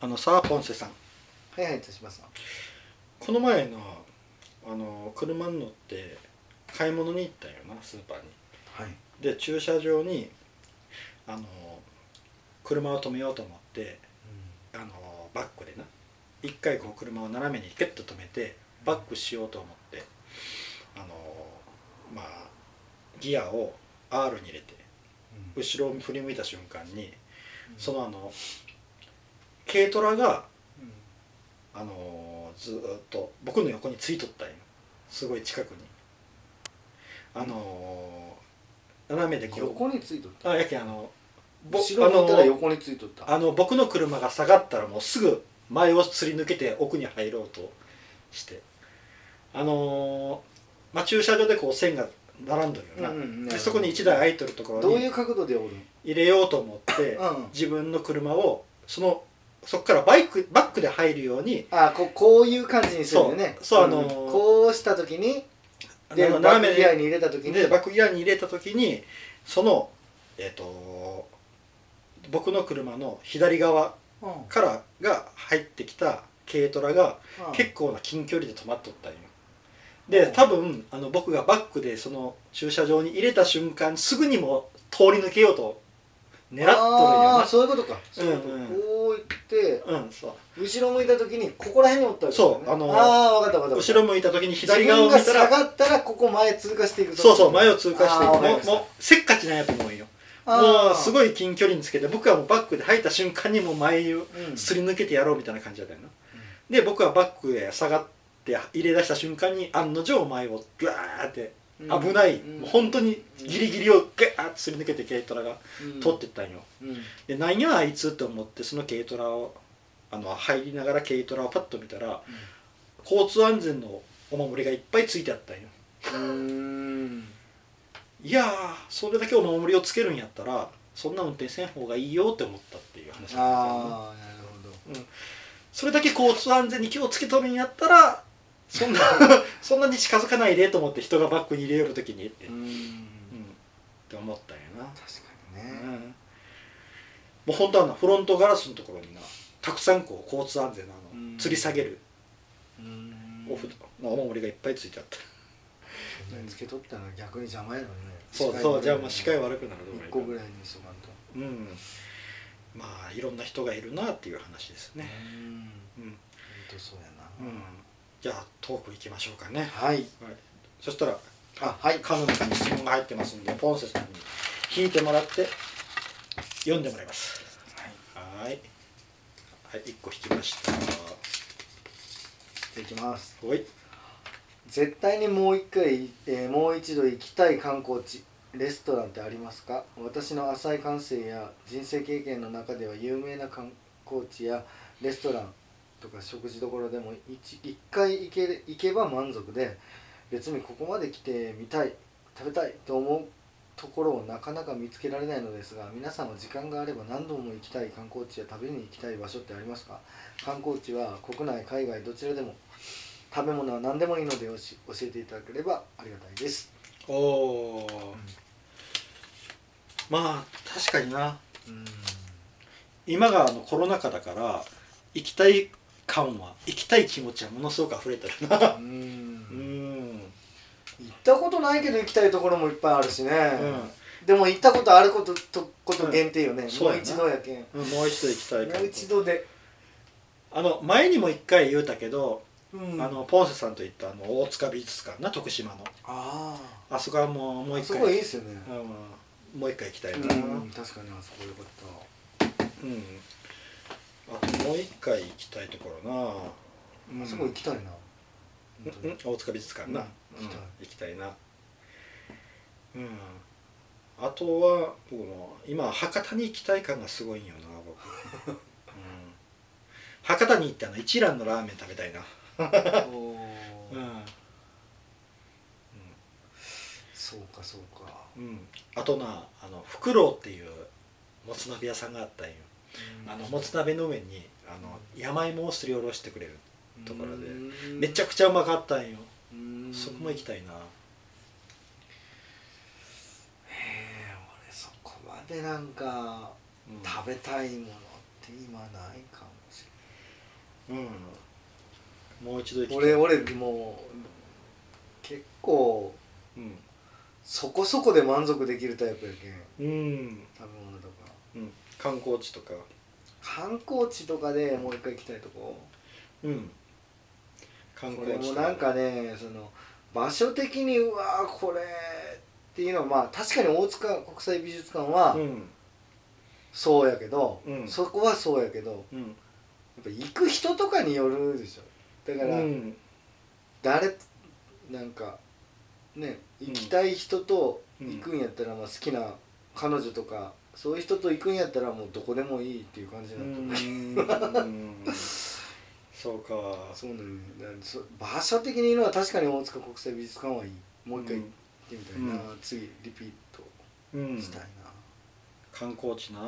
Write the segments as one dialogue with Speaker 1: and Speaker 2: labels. Speaker 1: あのさあポンセさん
Speaker 2: はいはい、豊島さん。
Speaker 1: この前のあの車に乗って買い物に行ったんよなスーパーに
Speaker 2: はい。
Speaker 1: で駐車場にあの車を止めようと思ってあのバックでな一回こう車を斜めにキュッと止めてバックしようと思ってあのまあギアを R に入れて
Speaker 2: うん
Speaker 1: 後ろを振り向いた瞬間にそ、のあの軽トラが
Speaker 2: うん
Speaker 1: あのーずーっと僕の横についとったんよすごい近くにあのー斜めでこ
Speaker 2: 横についとっ
Speaker 1: う
Speaker 2: た。
Speaker 1: あやけんあのぼ
Speaker 2: 後ろにいたら
Speaker 1: あのー
Speaker 2: 横についとった。
Speaker 1: あの僕の車が下がったらもうすぐ前をすり抜けて奥に入ろうとしてあのーまあ、駐車場でこう線が並んどるよな、
Speaker 2: うんうん
Speaker 1: でそこに1台空いとるとこ
Speaker 2: ど
Speaker 1: ろ
Speaker 2: うい
Speaker 1: に
Speaker 2: う角度でおる
Speaker 1: 入れようと思って、
Speaker 2: うん
Speaker 1: 自分の車をそのそこからバイクバックで入るように
Speaker 2: あここういう感じにするんだよね
Speaker 1: そうそうあのー
Speaker 2: んこうした時にで
Speaker 1: あの
Speaker 2: バックギアに入れた時に
Speaker 1: でバックギアに入れた時にそのえっ、と僕の車の左側
Speaker 2: うんうん
Speaker 1: からが入ってきた軽トラが結
Speaker 2: 構
Speaker 1: 構な近距離で止まっとったんよ
Speaker 2: う
Speaker 1: で
Speaker 2: ん
Speaker 1: 多分あの僕がバックでその駐車場に入れた瞬間すぐにも通り抜けようと狙っとるんよ
Speaker 2: あ
Speaker 1: な
Speaker 2: ーそういうことかそういうこと
Speaker 1: うんうん
Speaker 2: こういって
Speaker 1: うん、そう
Speaker 2: 後ろ向いた時にここら辺におったわけだよね
Speaker 1: そうあのー
Speaker 2: あー分かった分かった
Speaker 1: 後ろ向いた時に左側を見た
Speaker 2: 自分が下
Speaker 1: ら
Speaker 2: がったらここ前通過していく
Speaker 1: そうそう前を通過してい
Speaker 2: あー
Speaker 1: く
Speaker 2: わかり
Speaker 1: も
Speaker 2: ま
Speaker 1: う
Speaker 2: した
Speaker 1: もうせっかちなんやと思うよ
Speaker 2: あー
Speaker 1: もうすごい近距離につけて僕はもうバックで入った瞬間にもう前を
Speaker 2: うん
Speaker 1: すり抜けてやろうみたいな感じだったよな、で僕はバックへ下がって入れ出した瞬間に案の定前をガーって危ない、
Speaker 2: うん
Speaker 1: もう本当にギリギリをガーッとすり抜けて軽トラが
Speaker 2: うん
Speaker 1: 取ってったんよ、
Speaker 2: うん
Speaker 1: でなんやあいつと思ってその軽トラをあの入りながら軽トラをパッと見たら交通安全のお守りがいっぱいついてあったんよ
Speaker 2: うん
Speaker 1: いやーそれだけお守りをつけるんやったらそんな運転せん方がいいよって思ったっていう話なんですよね
Speaker 2: ああなるほど
Speaker 1: それだけ交通安全に気をつけとるんやったら そんなそんなに近づかないでと思って人がバックに入れよる時にって,、
Speaker 2: う
Speaker 1: うん、っ
Speaker 2: ん
Speaker 1: て思ったんやな、
Speaker 2: 確か
Speaker 1: う
Speaker 2: にね
Speaker 1: ん、もう本当はなフロントガラスのところになたくさんこう交通安全のあ
Speaker 2: うん
Speaker 1: の吊り下げる
Speaker 2: うん
Speaker 1: お布のお守りがいっぱいついてあった、
Speaker 2: つけとったら逆に邪魔やろね
Speaker 1: そうそうじゃあまあ視界悪くなるとか
Speaker 2: 1個ぐらいにしとかんと
Speaker 1: うんまあいろんな人がいるなっていう話ですね、
Speaker 2: うん
Speaker 1: うん
Speaker 2: ほんとそうや
Speaker 1: う、
Speaker 2: なん
Speaker 1: じゃあトークいきましょうかね
Speaker 2: はい
Speaker 1: そしたら
Speaker 2: あはい
Speaker 1: 彼女に質問が入ってますんでポンセさんに引いてもらって読んでもらいますはいはいはい1個引きました
Speaker 2: じゃあいきます
Speaker 1: おい
Speaker 2: 絶対にもう一回、えーもう一度行きたい観光地レストランってありますか私の浅い感性や人生経験の中では有名な観光地やレストランとか食事どころでも一一回行け行けば満足で別にここまで来てみたい食べたいと思うところをなかなか見つけられないのですが皆さんは時間があれば何度も行きたい観光地や旅に行きたい場所ってありますか観光地は国内海外どちらでも食べ物は何でもいいので教教えていただければありがたいです。
Speaker 1: おおー、まあ確かにな
Speaker 2: うん。
Speaker 1: 今があのコロナ禍だから行きたい感は行きたい気持ちはものすごく溢れてるなう
Speaker 2: 行
Speaker 1: ん、
Speaker 2: ったことないけど行きたいところもいっぱいあるしね。
Speaker 1: うん
Speaker 2: でも行ったことあることとこと限定よね。
Speaker 1: うん
Speaker 2: も
Speaker 1: そ
Speaker 2: う
Speaker 1: うやな
Speaker 2: 一度やけん。も
Speaker 1: うん、もう一度行きたい感
Speaker 2: う一度で。
Speaker 1: あの前にも一回言うたけど、
Speaker 2: うん
Speaker 1: あのポンセさんと行ったあの大塚美術館な徳島の
Speaker 2: あ
Speaker 1: あそこはもうもう
Speaker 2: あ。
Speaker 1: 一
Speaker 2: す
Speaker 1: 回
Speaker 2: ごいいいですよね。
Speaker 1: うん、もう一回行きたいな、うん
Speaker 2: うん、確かにあそこよかった。
Speaker 1: あともう一回行きたいところな、うん
Speaker 2: あそこ行きたいな。本
Speaker 1: う
Speaker 2: 当
Speaker 1: んう
Speaker 2: に
Speaker 1: ん大塚美術館な、
Speaker 2: うん行きたい
Speaker 1: 行きたいなうんあとは僕も今博多に行きたい感がすごいんよな 僕、うん、博多に行ってあの一蘭のラーメン食べたいな
Speaker 2: おー
Speaker 1: うん
Speaker 2: そうかそうか。
Speaker 1: うん、あとなあのフクロウっていうもつ鍋屋さんがあったんよ、あのもつ鍋の上にあの山芋をすりおろしてくれるところでめちゃ
Speaker 2: く
Speaker 1: くちゃうまかったんよそ
Speaker 2: そ
Speaker 1: こも行き
Speaker 2: い。
Speaker 1: たい
Speaker 2: え
Speaker 1: な
Speaker 2: ー俺そこまでなんか
Speaker 1: うん
Speaker 2: 食べたいものって今ないかもしれない
Speaker 1: うんもう一度行きたい
Speaker 2: 俺俺もう結構
Speaker 1: うん
Speaker 2: そこそこで満足できるタイプやけん
Speaker 1: うん、
Speaker 2: 食べ物とか
Speaker 1: うん、観光地とか
Speaker 2: 観光地とかでもう一回行きたいとこ
Speaker 1: うん観
Speaker 2: こ
Speaker 1: 光
Speaker 2: れ
Speaker 1: 地
Speaker 2: も
Speaker 1: と
Speaker 2: なんかねその場所的にうわーこれっていうのはまあ確かに大塚国際美術館は
Speaker 1: うん
Speaker 2: そうやけど、
Speaker 1: うん
Speaker 2: そこはそうやけど
Speaker 1: うん
Speaker 2: やっぱ行く人とかによるでしょだから
Speaker 1: うん
Speaker 2: 誰、なんかね
Speaker 1: うん
Speaker 2: 行きたい人と
Speaker 1: うん
Speaker 2: 行くんやったら、まあ、好きな彼女とかそういう人と行くんやったらもうどこでもいいっていう感じ
Speaker 1: う
Speaker 2: になってる、
Speaker 1: んそうか
Speaker 2: そうなんねだからそ場所的に言うのは確かに大塚国際美術館はいいもう一回行ってみたいな、
Speaker 1: うん
Speaker 2: 次リピート
Speaker 1: うん
Speaker 2: したいな、
Speaker 1: 観光地な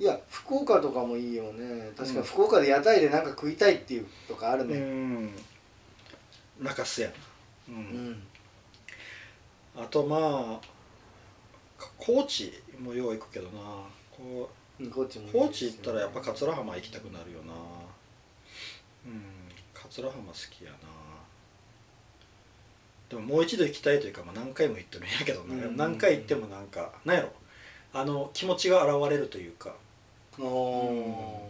Speaker 1: い
Speaker 2: や福岡とかもいいよね確かに福岡で屋台でなんか食いたいっていうとかある
Speaker 1: う
Speaker 2: ね
Speaker 1: ん中洲やなう
Speaker 2: うん
Speaker 1: ん、あとまあか高知もよう行くけどなこう
Speaker 2: うん高知もいいですよ
Speaker 1: 高知行ったらやっぱ桂浜行きたくなるよなうん桂浜好きやなでももう一度行きたいというか、まあ、何回も行ってるんやけどな、
Speaker 2: うん
Speaker 1: 何回行ってもなんかなんやろあの気持ちが現れるというか
Speaker 2: あー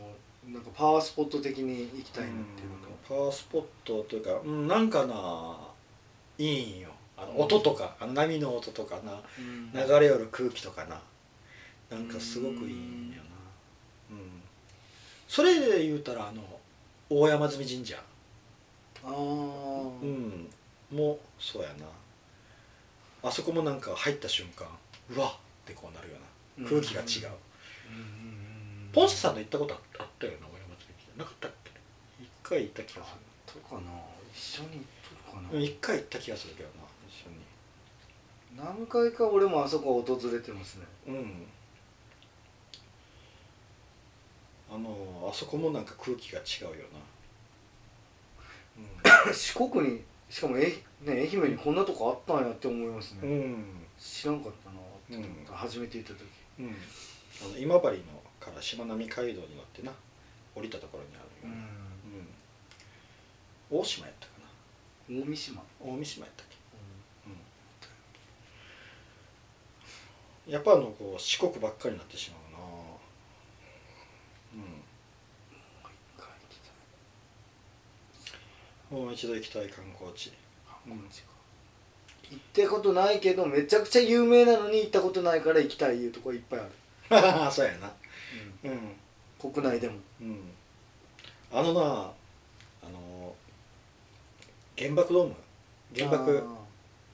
Speaker 2: なんかパワースポット的に行きたいなっていう
Speaker 1: うん
Speaker 2: の
Speaker 1: パワースポットというか、うん、なんかないいんよあ
Speaker 2: うん
Speaker 1: の音とか、あの波の音とかな流
Speaker 2: か、
Speaker 1: れよる空気とかななんかすごくいいんよなうん、それで言うたらあの大山積神社
Speaker 2: あー
Speaker 1: うんもそうやなあそこもなんか入った瞬間うわっってこうなるような空気が違う、
Speaker 2: うんうんうん
Speaker 1: ポンスさんの行ったことあったよな大山積神社なかったっけ一回行った気がす
Speaker 2: とかな一緒に行っとるか
Speaker 1: る
Speaker 2: な
Speaker 1: 一回行った気がするけどな一緒に
Speaker 2: 何回か俺もあそこ訪れてます ね
Speaker 1: うんあのあそこもなんか空気が違うよな
Speaker 2: 四国にしかもえ、ね、愛媛にこんなとこあったんやって思いますね、
Speaker 1: うん、うん
Speaker 2: 知らんかったなって思った、
Speaker 1: うん
Speaker 2: 初めて行った時
Speaker 1: うん、あの今治のからしまなみ海道に乗ってな降りたところにあるよな、うん大島やったか
Speaker 2: うん大三島、
Speaker 1: な大三島やったっけ、うん、やっぱあのこう四国ばっかりになってしまうなうんもう一度行きたい観光地
Speaker 2: うん行ったことないけどめちゃくちゃ有名なのに行ったことないから行きたいいうとこいっぱいある、
Speaker 1: うん そうやなうん
Speaker 2: 国内でも
Speaker 1: うんあのなあの原爆ドーム原爆
Speaker 2: あー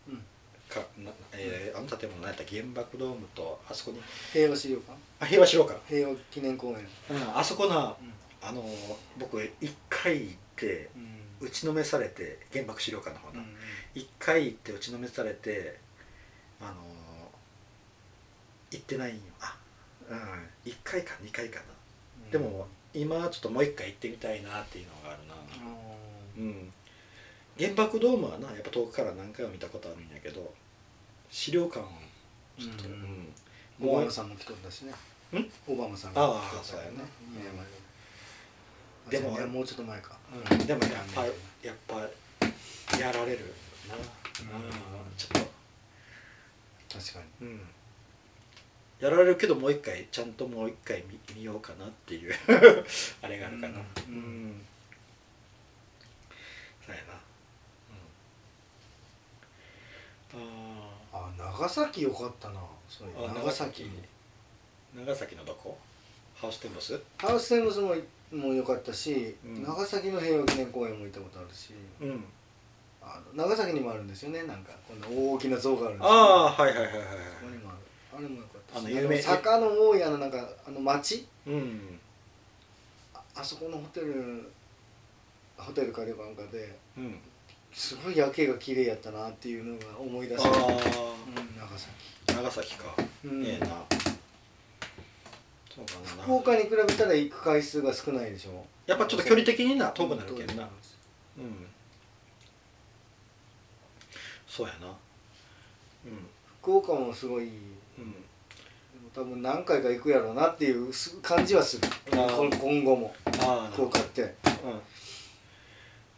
Speaker 2: うん
Speaker 1: かな、えーあの建物何やった原爆ドームとあそこに
Speaker 2: 平和資料館
Speaker 1: あ平和資料館、
Speaker 2: 平和記念公園
Speaker 1: うん、あそこなあの僕一回行って
Speaker 2: うん
Speaker 1: 打ちのめされて原爆資料館の方
Speaker 2: う
Speaker 1: な、
Speaker 2: ん
Speaker 1: 一回行って打ちのめされてあの行ってないんよあうん一回か二回かなでも今ちょっともう一回行ってみたいなっていうのがあるな
Speaker 2: あー
Speaker 1: うん原爆ドームはなやっぱ遠くから何回も見たことあるんやけど資料館をちょっと、
Speaker 2: うん
Speaker 1: うん
Speaker 2: オ
Speaker 1: も
Speaker 2: バ
Speaker 1: う
Speaker 2: マさんも来とったしね
Speaker 1: ん
Speaker 2: オバマさん
Speaker 1: あ
Speaker 2: が
Speaker 1: ー
Speaker 2: 来とったよね
Speaker 1: そうやね
Speaker 2: 2年前
Speaker 1: でも
Speaker 2: あじゃあもうちょっと前か
Speaker 1: うんでもやっぱやっぱやられるな、
Speaker 2: うん
Speaker 1: うんちょっと、
Speaker 2: 確かに
Speaker 1: うん、やられるけどもう一回ちゃんともう一回見見ようかなっていう あれがあるかな
Speaker 2: うん
Speaker 1: そうやな、うん、ああ
Speaker 2: あ長崎よかったなそういえば
Speaker 1: あ
Speaker 2: 長崎
Speaker 1: 長崎のどこハウステンボス
Speaker 2: ハウステンボスもも良かったし、
Speaker 1: うん
Speaker 2: 長崎の平和記念公園も行ったことあるし
Speaker 1: うん
Speaker 2: あの長崎にもあるんですよねなんかこんな大きな像があるんですよ
Speaker 1: ああはいはいはいはいはい
Speaker 2: そこにもあるあれも良かったし
Speaker 1: あの有名
Speaker 2: あの坂の多いあのなんかあの町
Speaker 1: うん
Speaker 2: ああそこのホテルホテルか旅館かで
Speaker 1: うん
Speaker 2: すごい夜景が綺麗やったなっていうのが思い出し
Speaker 1: あ
Speaker 2: た、うん、長崎、
Speaker 1: 長崎か、
Speaker 2: うん
Speaker 1: ええなそうかな
Speaker 2: 福岡に比べたら行く回数が少ないでしょ
Speaker 1: やっぱちょっと距離的にな遠くなるけ
Speaker 2: うんん
Speaker 1: なうんそうやな
Speaker 2: 福岡もすごい
Speaker 1: うんうん
Speaker 2: 多分何回か行くやろうなっていうす感じはする
Speaker 1: あー
Speaker 2: こん今後も
Speaker 1: ああ
Speaker 2: 福岡って
Speaker 1: うん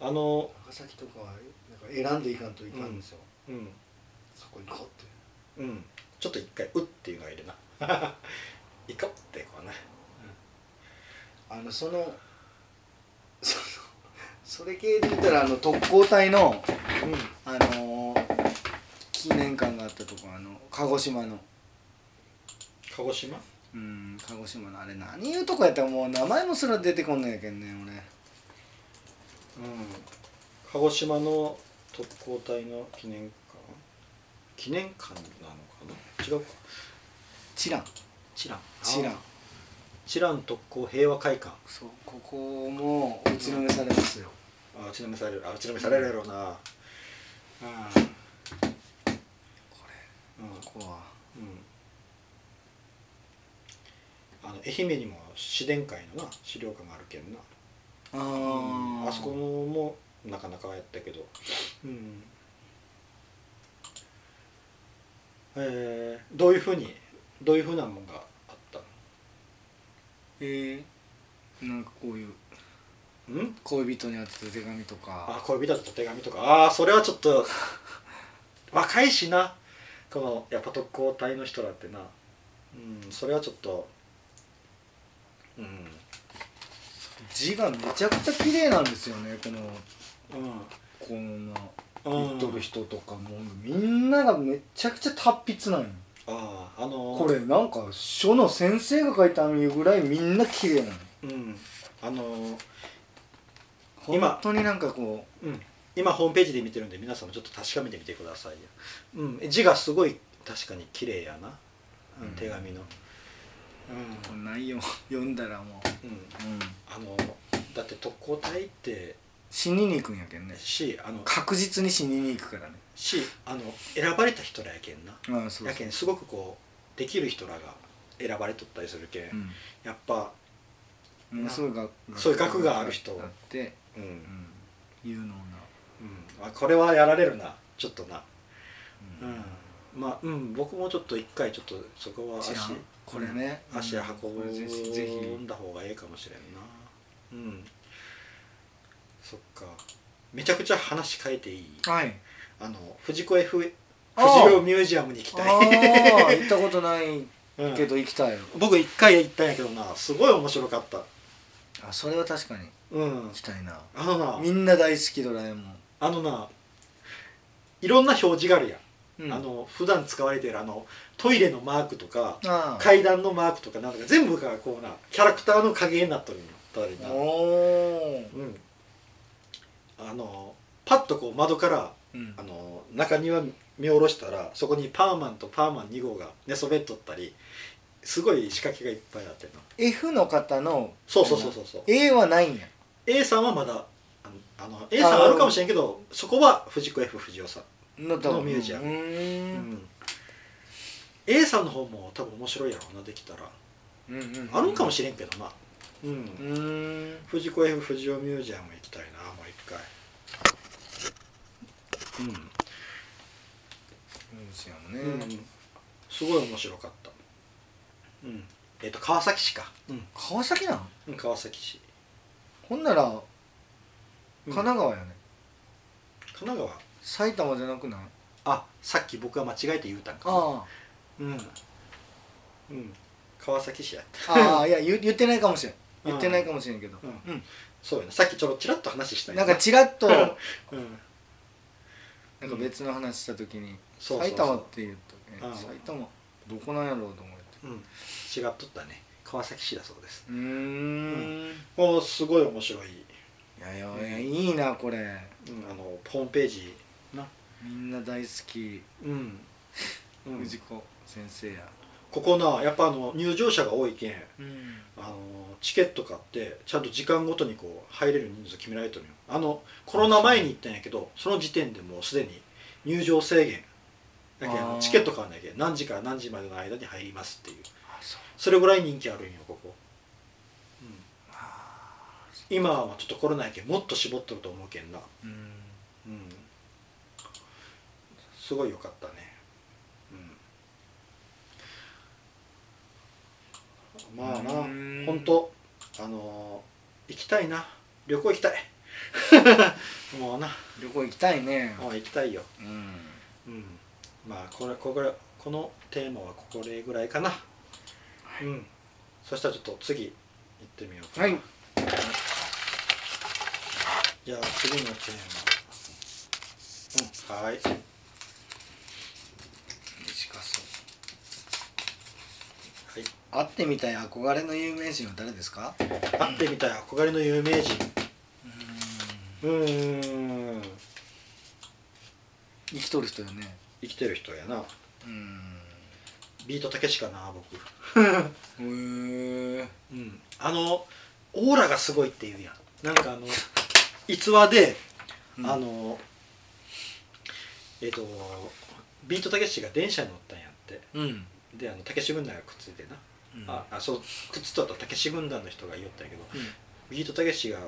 Speaker 1: あの
Speaker 2: 長崎とかはなんか選んでいかんといかんですよ、
Speaker 1: うん
Speaker 2: そこに行こうって
Speaker 1: うんちょっと一回「う」っていうのがいる な行こうってこうな
Speaker 2: あのその そのそれ系で言ったらあの特攻隊の
Speaker 1: うん
Speaker 2: あのー記念館があったとこあの鹿児島の
Speaker 1: 鹿児島
Speaker 2: うん鹿児島のあれ何いうとこやったらもう名前もすら出てこんのやけんね俺
Speaker 1: うん鹿児島の特攻隊の記念館記念館なのかな違うか
Speaker 2: 知らん
Speaker 1: 知らん
Speaker 2: 知らん
Speaker 1: あー知らん特攻平和会館
Speaker 2: そうここも打ちのめされますよ、
Speaker 1: あ打ちのめされるあ打ちのめされるやろうなうん
Speaker 2: こ
Speaker 1: うん
Speaker 2: れここは
Speaker 1: うんあの愛媛にも自然会のな資料館があるけんな
Speaker 2: あ
Speaker 1: うん
Speaker 2: ー
Speaker 1: あそこもなかなかやったけどうんえー、どういうふうにどういうふうなもんがあった
Speaker 2: えー、なんかこういうん恋人に宛てた手紙とか
Speaker 1: あ恋人と手紙とかああそれはちょっと若いしなこのやっぱ特攻隊の人だってなうんそれはちょっとうん
Speaker 2: 字がめちゃくちゃ綺麗なんですよねこの
Speaker 1: う
Speaker 2: この
Speaker 1: ん
Speaker 2: 言っとる人とかもみんながめちゃくちゃ達筆なんよ
Speaker 1: あああのー
Speaker 2: これなんか書の先生が書いたのいうぐらいみんな綺麗なの
Speaker 1: うんあのー今
Speaker 2: 本当になんかこ
Speaker 1: うん、今ホームページで見てるんで皆さんもちょっと確かめてみてくださいよ、うん、字がすごい確かに綺麗やな、うん
Speaker 2: うん
Speaker 1: 手紙の
Speaker 2: うこの内容読んだらも
Speaker 1: うん、うん、
Speaker 2: う、うん、
Speaker 1: あのだって特攻隊って
Speaker 2: 死にに行くんやけんね
Speaker 1: しあの
Speaker 2: 確実に死にに行くからね
Speaker 1: しあの選ばれた人らやけんな
Speaker 2: ああそう
Speaker 1: や
Speaker 2: そ
Speaker 1: け
Speaker 2: うん
Speaker 1: すごくこうできる人らが選ばれとったりするけん、やっぱ、
Speaker 2: うん、ものすごい学
Speaker 1: そういう学がある人
Speaker 2: だって、
Speaker 1: うん
Speaker 2: うん、有能な、
Speaker 1: うんあこれはやられるなちょっとな、
Speaker 2: う
Speaker 1: うんん、まあうん僕もちょっと一回ちょっとそこは
Speaker 2: 知らんこれね、うん
Speaker 1: 足運
Speaker 2: これぜひぜ
Speaker 1: ん
Speaker 2: ひ
Speaker 1: だ方がええかもしれんなうんそっかめちゃくちゃ話変えていい
Speaker 2: はい
Speaker 1: あの藤子 F 藤
Speaker 2: あー
Speaker 1: 子ミュージアムに行きたい、
Speaker 2: ああ行ったことない
Speaker 1: うん
Speaker 2: けど行きたいよ、
Speaker 1: 僕一回行ったんやけどなすごい面白かった
Speaker 2: あそれは確かに
Speaker 1: うん
Speaker 2: 行きたいな
Speaker 1: あのな
Speaker 2: みんな大好きドラえもん、
Speaker 1: あのないろんな表示があるやん、
Speaker 2: うん
Speaker 1: あの普段使われてるあのトイレのマークとか
Speaker 2: ああ
Speaker 1: 階段のマークとかなんとか全部がこうなキャラクターの影になっとるんだりな
Speaker 2: おお、
Speaker 1: うん、あのパッとこう窓から
Speaker 2: うん
Speaker 1: あの中庭見下ろしたらそこにパーマンとパーマン2号が寝そべっとったりすごい仕掛けがいっぱいあってな
Speaker 2: F の方の
Speaker 1: そうそうそうそうそう
Speaker 2: A はないんや
Speaker 1: A さんはまだあのあの A さんあるかもしれんけどそこは藤子 F 不二雄さん、
Speaker 2: の
Speaker 1: のミュージアム
Speaker 2: う
Speaker 1: う
Speaker 2: ーん
Speaker 1: ん、A さんの方も多分面白いやろうなできたら
Speaker 2: うんうん
Speaker 1: あるんかも
Speaker 2: し
Speaker 1: しれんけどなうん
Speaker 2: れないうん
Speaker 1: 藤子 F 不二雄ミュージアム行きたいなもう一回うん
Speaker 2: ミュージア
Speaker 1: う
Speaker 2: ムね、
Speaker 1: ん、すごい面白かった、うんえっと川崎市か、う
Speaker 2: 川崎なん
Speaker 1: ん、川崎市
Speaker 2: ほんなら
Speaker 1: うん
Speaker 2: 神奈川やね、
Speaker 1: 神奈川
Speaker 2: 埼玉じゃなくない
Speaker 1: あさっき僕は間違えて言うたんかな
Speaker 2: あ
Speaker 1: うん、うん、川崎市やった
Speaker 2: あああいや言言ってないかもしれん言ってないかもしれんけど、
Speaker 1: うん
Speaker 2: うん
Speaker 1: そうやなさっきちょろちらっと話した
Speaker 2: なん
Speaker 1: や
Speaker 2: かちらっとなんか
Speaker 1: うん、
Speaker 2: 別の話した時に
Speaker 1: そうそうそう
Speaker 2: 埼玉って言うとえ
Speaker 1: うん
Speaker 2: 埼玉どこなんやろうと思って
Speaker 1: うん、違っとったね川崎市だそうです
Speaker 2: うーん
Speaker 1: おーすごい面白い、
Speaker 2: いやいやいやいいなこれ
Speaker 1: うん、あのホームページな
Speaker 2: みんな大好き
Speaker 1: うん、うん、
Speaker 2: 藤子先生や
Speaker 1: ここなやっぱあの入場者が多いけん
Speaker 2: うん
Speaker 1: あのチケット買ってちゃんと時間ごとにこう入れる人数決められてるのよあのコロナ前に行ったんやけどその時点でもうすでに入場制限だけんあ
Speaker 2: あ
Speaker 1: の
Speaker 2: ー
Speaker 1: チケット買わないけん何時から何時までの間に入りますっていう
Speaker 2: あそう
Speaker 1: それぐらい人気あるんよここ、うん、
Speaker 2: あ
Speaker 1: 今はちょっとコロナやけんもっと絞っとると思うけんな、
Speaker 2: ーうん
Speaker 1: うん、すごい良かったねうんまあな
Speaker 2: うん
Speaker 1: 本当あのー行きたいな旅行行きたい もうな
Speaker 2: 旅行行きたいね
Speaker 1: もう行きたいよ
Speaker 2: うん
Speaker 1: うんまあこれこれこのテーマはこれぐらいかな、うんそしたらちょっと次行ってみようかな
Speaker 2: はい
Speaker 1: じゃあ次のテーマうんはい
Speaker 2: 短そう
Speaker 1: はい
Speaker 2: 会ってみたい憧れの有名人は誰ですか
Speaker 1: 会ってみたい憧れの有名人うーん
Speaker 2: 生きとる人よね
Speaker 1: 生きてる人やな
Speaker 2: うん
Speaker 1: ビートたけしかな僕
Speaker 2: へえ
Speaker 1: うんあのオーラがすごいって言うやんなんかあの逸話で、
Speaker 2: うん
Speaker 1: あのえっ、とビートたけしが電車に乗ったんやって
Speaker 2: うん
Speaker 1: であのたけし軍団がくっついてな、ああそうくっつとったたけし軍団の人が言おったんやけどビートたけしが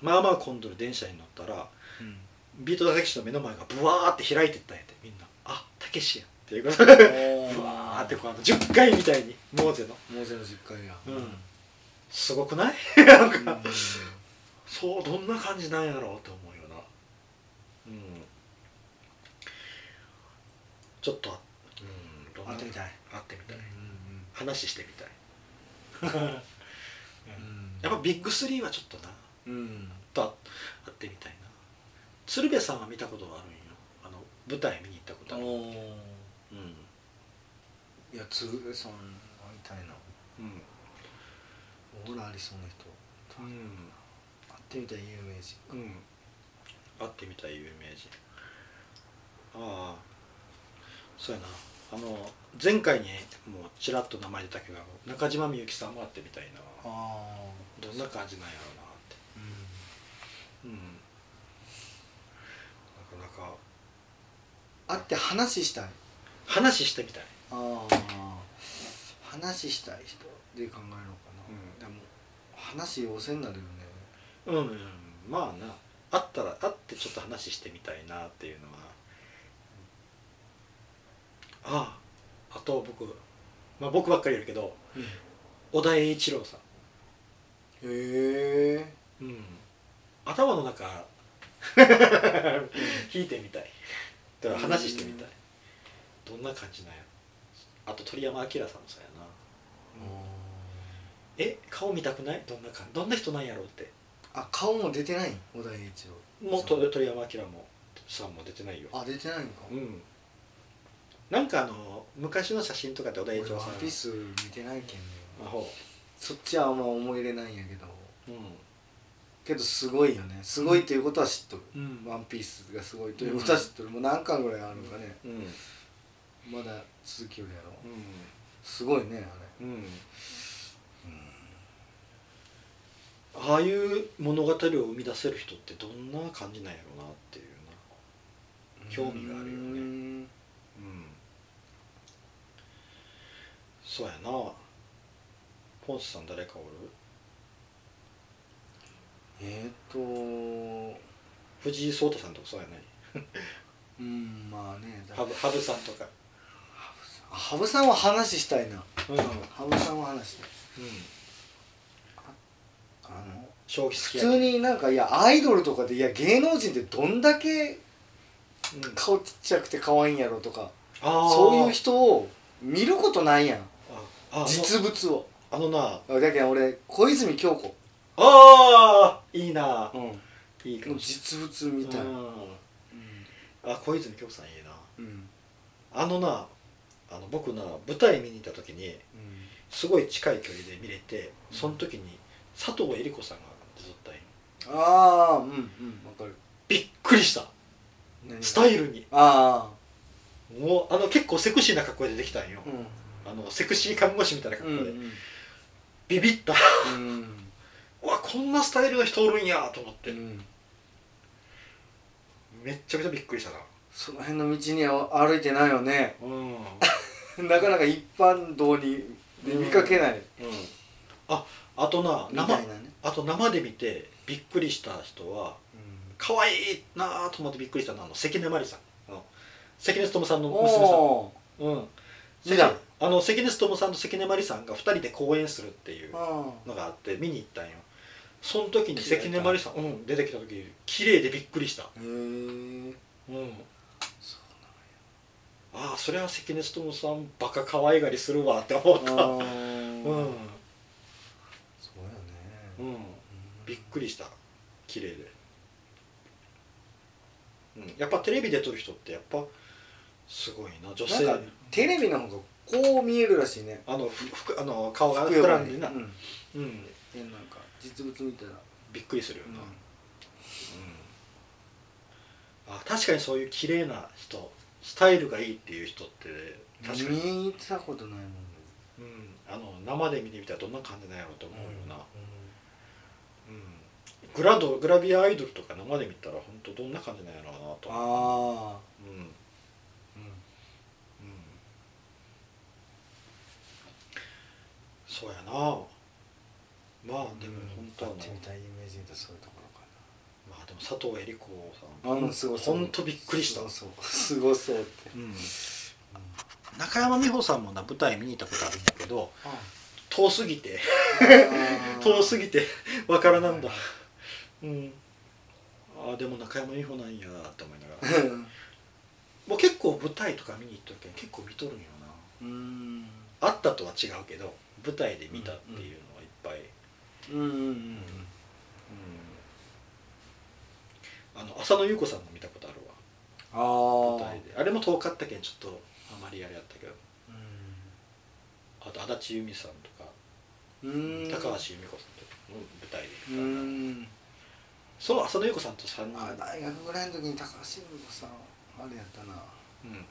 Speaker 1: まあまあ混んどる電車に乗ったら
Speaker 2: うん
Speaker 1: ビートたけしの目の前がブワーって開いてったんやってみんなあたけしやっていうこと
Speaker 2: う
Speaker 1: で
Speaker 2: ん
Speaker 1: ブワーってこうあの10回みたいにモーゼの
Speaker 2: モーゼの実家や
Speaker 1: うんすごくないなんか、
Speaker 2: うん
Speaker 1: そうどんな感じなんやろうって思うよなうんちょっとあうんどんな
Speaker 2: 会ってみたい
Speaker 1: 会ってみたい、
Speaker 2: うん
Speaker 1: 話してみ たい
Speaker 2: うん
Speaker 1: やっぱビッグスリーはちょっとな
Speaker 2: うん
Speaker 1: と会ってみたいな鶴瓶さんは見たことがあるんよあの舞台見に行ったことある
Speaker 2: お
Speaker 1: うん
Speaker 2: いやつぐそん会いたいな
Speaker 1: うん
Speaker 2: オーラありそうな人
Speaker 1: うん、
Speaker 2: 会ってみたい有名人
Speaker 1: うん、会ってみたい有名人ああそうやなあの前回にもうちらっと名前出たけど中島みゆきさんも会ってみたいな
Speaker 2: ああ
Speaker 1: どんな感じなんやろうなってうんなかなか
Speaker 2: 会って話したい
Speaker 1: 話してみたい
Speaker 2: ああ話したい人で考えるのか
Speaker 1: うん
Speaker 2: な、でも話要せんなるよね
Speaker 1: うん、うん、まあな会ったら会ってちょっと話してみたいなっていうのはあああと僕まあ僕ばっかりやるけど小田栄一郎さん
Speaker 2: へえ
Speaker 1: うん、頭の 中弾いてみたいだから話してみたいどんな感じなんやあと鳥山明さんもそうやなえ顔見たくないどんな感どんな人なんやろうって
Speaker 2: あ顔も出てない小田栄一郎
Speaker 1: もうと鳥山明もさんも出てないよ
Speaker 2: あ出てないのか
Speaker 1: うんなんかあの昔の写真とかって小田
Speaker 2: 俺
Speaker 1: 栄
Speaker 2: ワ
Speaker 1: 一郎さん
Speaker 2: ンピース見てないけんね
Speaker 1: あほ
Speaker 2: そっちはあんま思い入れないんやけど
Speaker 1: ううん
Speaker 2: けどすごいよねすごいということは知っとる、
Speaker 1: うん
Speaker 2: ワンピースがすごいということは知っとる、もう何巻ぐらいあるのかね
Speaker 1: うん
Speaker 2: まだ続きよりやろすごいねあれ
Speaker 1: うん、うん、ああいう物語を生み出せる人ってどんな感じなんやろうなっていうな興味があるよ
Speaker 2: ね
Speaker 1: ねうんそうやなポンスさん誰かおる
Speaker 2: えっ、と
Speaker 1: 藤井聡太さんとかそうや ね
Speaker 2: うんまあねだ
Speaker 1: 羽生羽生さんとか
Speaker 2: あ羽生さんは話したいな
Speaker 1: うん、うん、
Speaker 2: 羽生さんは話したいあの
Speaker 1: 将棋好
Speaker 2: 普
Speaker 1: きや
Speaker 2: 通になんかいやアイドルとかでいや芸能人ってどんだけ
Speaker 1: うん、
Speaker 2: 顔ちっちゃくて可愛いんやろとか
Speaker 1: あー
Speaker 2: そういう人を見ることないやん
Speaker 1: ああ
Speaker 2: 実物を
Speaker 1: あのな
Speaker 2: だけど俺小泉京子、
Speaker 1: ああいいな
Speaker 2: うん、
Speaker 1: いいか
Speaker 2: の
Speaker 1: もし
Speaker 2: 実物
Speaker 1: れ
Speaker 2: み
Speaker 1: ない
Speaker 2: たい
Speaker 1: うん
Speaker 2: な
Speaker 1: あ小泉京子さんいいな
Speaker 2: うんうん
Speaker 1: あのなあの僕な舞台見に行った時にすごい近い距離で見れてその時に佐藤恵理子さんが出とったんよ
Speaker 2: ああうんうんわかる
Speaker 1: びっくりした
Speaker 2: 何が
Speaker 1: スタイルに
Speaker 2: あ
Speaker 1: もうあの結構セクシーな格好でできたんよ
Speaker 2: あ、うん
Speaker 1: あのセクシー看護師みたいな
Speaker 2: うん
Speaker 1: 格
Speaker 2: う
Speaker 1: 好で、
Speaker 2: ん
Speaker 1: ビビった
Speaker 2: うん
Speaker 1: うわこんなスタイルの人おるんやと思って、
Speaker 2: うん
Speaker 1: めっちゃくちゃびっくりしたな
Speaker 2: その辺の道には歩いてないよね
Speaker 1: うん、うん、
Speaker 2: なかなか一般道にで見かけない
Speaker 1: ああとな
Speaker 2: みた
Speaker 1: 生
Speaker 2: いなね
Speaker 1: あと生で見てびっくりした人は可愛いなと思ってびっくりしたのはあの関根麻里さんあの関根勤さんの娘さん
Speaker 2: おー
Speaker 1: うん
Speaker 2: 二段
Speaker 1: あの関根勤さんと関根麻里さんが2人で公演するっていう
Speaker 2: あー
Speaker 1: のがあって見に行ったんよその時に関根麻里さん、うん、出てきた時綺麗でびっくりした、
Speaker 2: へえ
Speaker 1: うん、ああそれは関根勤さんバカ可愛がりするわって思っ
Speaker 2: そうな
Speaker 1: た
Speaker 2: んやあー
Speaker 1: うん、うん、
Speaker 2: そうやね
Speaker 1: びっくりした綺麗で、うん、やっぱテレビ出てる人ってやっぱすごいな女性
Speaker 2: なんかテレビの方がこう見えるらしいね
Speaker 1: あのふふくあの顔が膨らんでな、
Speaker 2: う
Speaker 1: うん
Speaker 2: ん、でなんか実物見たら、
Speaker 1: びっくりするよ
Speaker 2: う
Speaker 1: な、
Speaker 2: ん
Speaker 1: うんあ確かにそういう綺麗な人スタイルがいいっていう人って確かに、
Speaker 2: 見たことないもんね
Speaker 1: うんあの生で見てみたらどんな感じなんやろうと思うよな、うんグラドグラビアアイドルとか生で見たら本当どんな感じなんやろうなと思う
Speaker 2: ああ
Speaker 1: うんうんそうやなまあでも本当は
Speaker 2: あっちみたいイメージでそういうとこ
Speaker 1: まあでも佐藤恵理子
Speaker 2: ろかな
Speaker 1: さん本当びっくりした
Speaker 2: そうそうすごそうって
Speaker 1: うん中山美穂さんもな舞台見に行ったことあるんだけど
Speaker 2: あ
Speaker 1: 遠すぎて
Speaker 2: ー
Speaker 1: 遠すぎてわからなんだうんああでも中山美穂なんやなって思いながら
Speaker 2: うん
Speaker 1: もう結構舞台とか見に行っとるけん結構見とるんよ
Speaker 2: うん
Speaker 1: なあったとは違うけど舞台で見たっていうのはいっぱい、
Speaker 2: うんうんうん
Speaker 1: あの浅野ゆう子さんの見たことある
Speaker 2: あ
Speaker 1: わ
Speaker 2: あ
Speaker 1: 舞台であれも遠かったけんちょっとあまりあれやったけどあと足立由美さんとか
Speaker 2: うん
Speaker 1: 高橋由美子さんとかの舞台で
Speaker 2: う
Speaker 1: 見
Speaker 2: ん
Speaker 1: たその浅野ゆう子さんと3人
Speaker 2: あ大学ぐらいの時に高橋由美子さんあれやったな
Speaker 1: うん、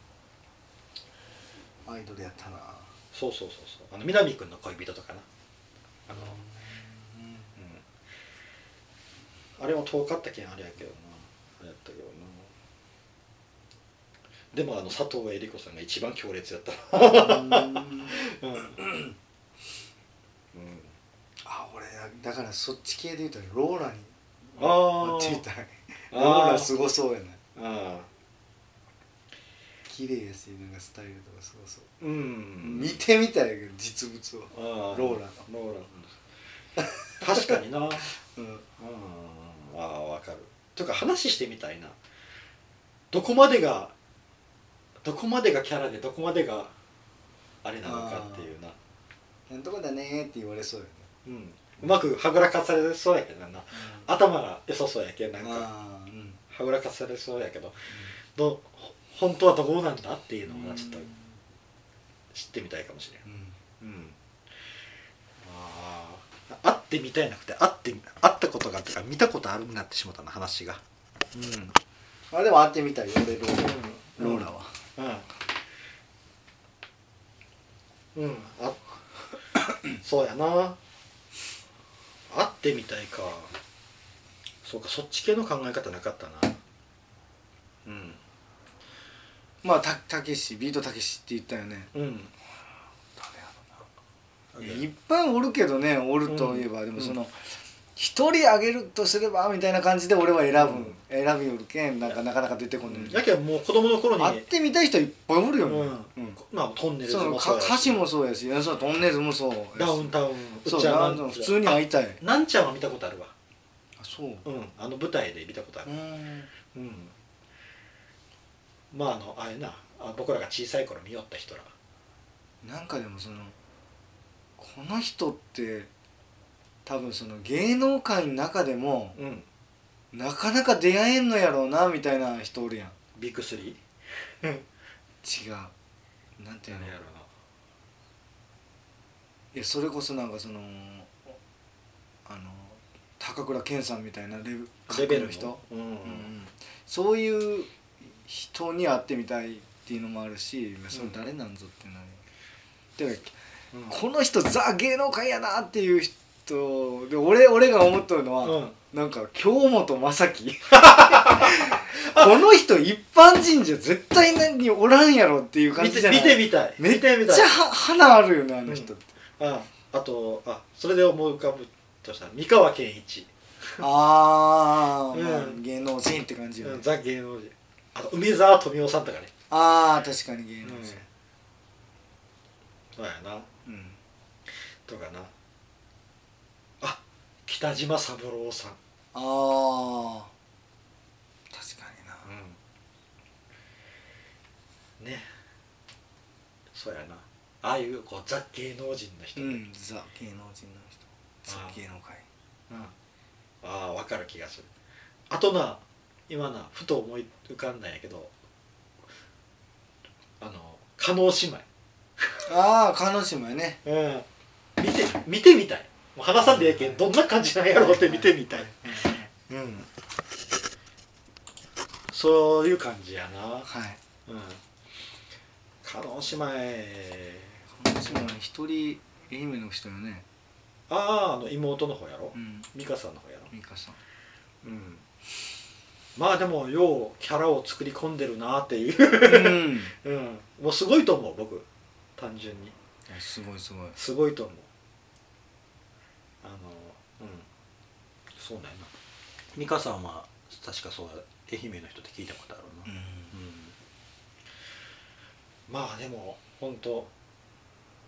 Speaker 2: アイドルやったな
Speaker 1: そうそうそうそうあの南君の恋人とかなあの、
Speaker 2: うん
Speaker 1: うん、あれも遠かったけんあれやけどなあれやったけどなでもあの佐藤恵理子さんが一番強烈やった
Speaker 2: うん
Speaker 1: うん、うん、
Speaker 2: あ俺だからそっち系で言うとローラに
Speaker 1: あ
Speaker 2: あ
Speaker 1: あ
Speaker 2: っちみたいロ
Speaker 1: あ
Speaker 2: ー
Speaker 1: ー
Speaker 2: ラすごそうやね
Speaker 1: ああ
Speaker 2: 綺麗やしなんかスタイルとかすごそう
Speaker 1: うん
Speaker 2: 見てみたいけど実物を
Speaker 1: あ
Speaker 2: ローラ
Speaker 1: ローラ確か になうん
Speaker 2: うん
Speaker 1: ああわかるとか話してみたいなどこまでがどこまでがキャラでどこまでがあれなのかっていうな
Speaker 2: なんとかだねーって言われそうやね
Speaker 1: うん、うまくはぐらかされそうやけどな
Speaker 2: あ
Speaker 1: 頭が良さそうやけんなんか
Speaker 2: あーうん
Speaker 1: はぐらかされそうやけどどほ本当はどうなんだっていうの
Speaker 2: う
Speaker 1: が
Speaker 2: ん
Speaker 1: ちょっと知ってみたいかもしれん
Speaker 2: うん
Speaker 1: うん、ああ会ってみたいなくて会って会ったことがってか見たことあるになってしまったな話が
Speaker 2: あでも会ってみたいよ俺ローラ
Speaker 1: う
Speaker 2: ロー
Speaker 1: ん
Speaker 2: ラは
Speaker 1: うんうんあ そうやな会ってみたいかそうかそっち系の考え方なかったなうん
Speaker 2: まあたたけしビートたけしって言ったよね
Speaker 1: うん
Speaker 2: いやいっぱいおるけどねおるといえば、
Speaker 1: うん
Speaker 2: でもその一、人あげるとすればみたいな感じで俺は選ぶ、
Speaker 1: うん
Speaker 2: 選びよるけんなんかなかなか出てこない、
Speaker 1: やけんもう子供の頃に
Speaker 2: 会ってみたい人いっぱいおるよね、
Speaker 1: うんまあトンネルズ
Speaker 2: その
Speaker 1: も
Speaker 2: か
Speaker 1: やし
Speaker 2: 歌詞もそうやしそうトンネルズもそうやし
Speaker 1: ダウンタウン
Speaker 2: そう
Speaker 1: ちゃ
Speaker 2: ダ
Speaker 1: な
Speaker 2: ウン
Speaker 1: ん
Speaker 2: タウン普通に会いたい
Speaker 1: あなんちゃんは見たことあるわ
Speaker 2: あそうう
Speaker 1: うんあの舞台で見たことある
Speaker 2: ーん
Speaker 1: うん、まああのあれなあ僕らが小さい頃見よった人ら
Speaker 2: なんかでもそのこの人って多分その芸能界の中でも
Speaker 1: うん
Speaker 2: なかなか出会えんのやろうなみたいな人おるやん
Speaker 1: ビッグスリ
Speaker 2: 違うなんて
Speaker 1: ー
Speaker 2: いうの
Speaker 1: ろ
Speaker 2: いやそれこそなんかそのあの高倉健さんみたいなレベル
Speaker 1: レベル
Speaker 2: の
Speaker 1: の
Speaker 2: 人、
Speaker 1: うんうん
Speaker 2: うんそういう人に会ってみたいっていうのもあるしそれ誰なんぞってなる、だからこの人ザ芸能界やなっていう人で俺俺が思っとるのは、
Speaker 1: うん
Speaker 2: なんか京本政樹 この人一般人じゃ絶対何おらんやろっていう感
Speaker 1: 見
Speaker 2: じじゃ
Speaker 1: て
Speaker 2: ない
Speaker 1: 見てみたい
Speaker 2: め
Speaker 1: 見てみ
Speaker 2: めった
Speaker 1: い
Speaker 2: ちゃは花あるよねあの人って、
Speaker 1: ああとあそれで思い浮かぶとしたら三河健一、
Speaker 2: ああ、
Speaker 1: うん
Speaker 2: まあ芸能人って感じよね、
Speaker 1: うんザ芸能人あと梅沢富美男さんとかね
Speaker 2: ああ確かに芸能人
Speaker 1: そうやな
Speaker 2: うん、
Speaker 1: とかなあき北島三郎さん、
Speaker 2: ああ確かにな
Speaker 1: うん、ねそうやなああいうこうザ芸能人の人、
Speaker 2: うんザ芸能人の人ザ芸能界
Speaker 1: うんああ分かる気がするあとな今なふと思い浮かんだんやけどあの加納姉妹
Speaker 2: ああ叶姉妹ね
Speaker 1: うん見て見てみたいもう話さんでええけんどんな感じなんやろうって見てみたい、うんそういう感じやな
Speaker 2: はい
Speaker 1: うん加納姉妹
Speaker 2: 叶姉妹一人愛媛の人よね
Speaker 1: あああの妹の方やろ
Speaker 2: うん
Speaker 1: 美香さんの方やろ
Speaker 2: 美香 さん
Speaker 1: うんまあでもようキャラを作り込んでるなっていう
Speaker 2: うん
Speaker 1: うん、もうすごいと思う僕単純に
Speaker 2: いやすごいすごい
Speaker 1: すごいと思うあのうんそうだよな美香さんは確かそう愛媛の人って聞いたことあるな、
Speaker 2: うん
Speaker 1: うんまあでも本当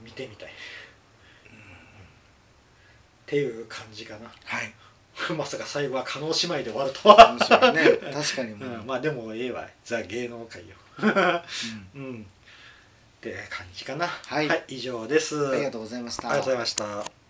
Speaker 1: 見てみたい、っていう感じかな
Speaker 2: はい
Speaker 1: まさか最後は叶姉妹で終わるとは、
Speaker 2: 面白いね確かにもう
Speaker 1: うん、まあでもええわザ芸能 界よ
Speaker 2: う
Speaker 1: うんって感じかな
Speaker 2: はい
Speaker 1: 以上です
Speaker 2: んありがとうございました
Speaker 1: ありがとうございました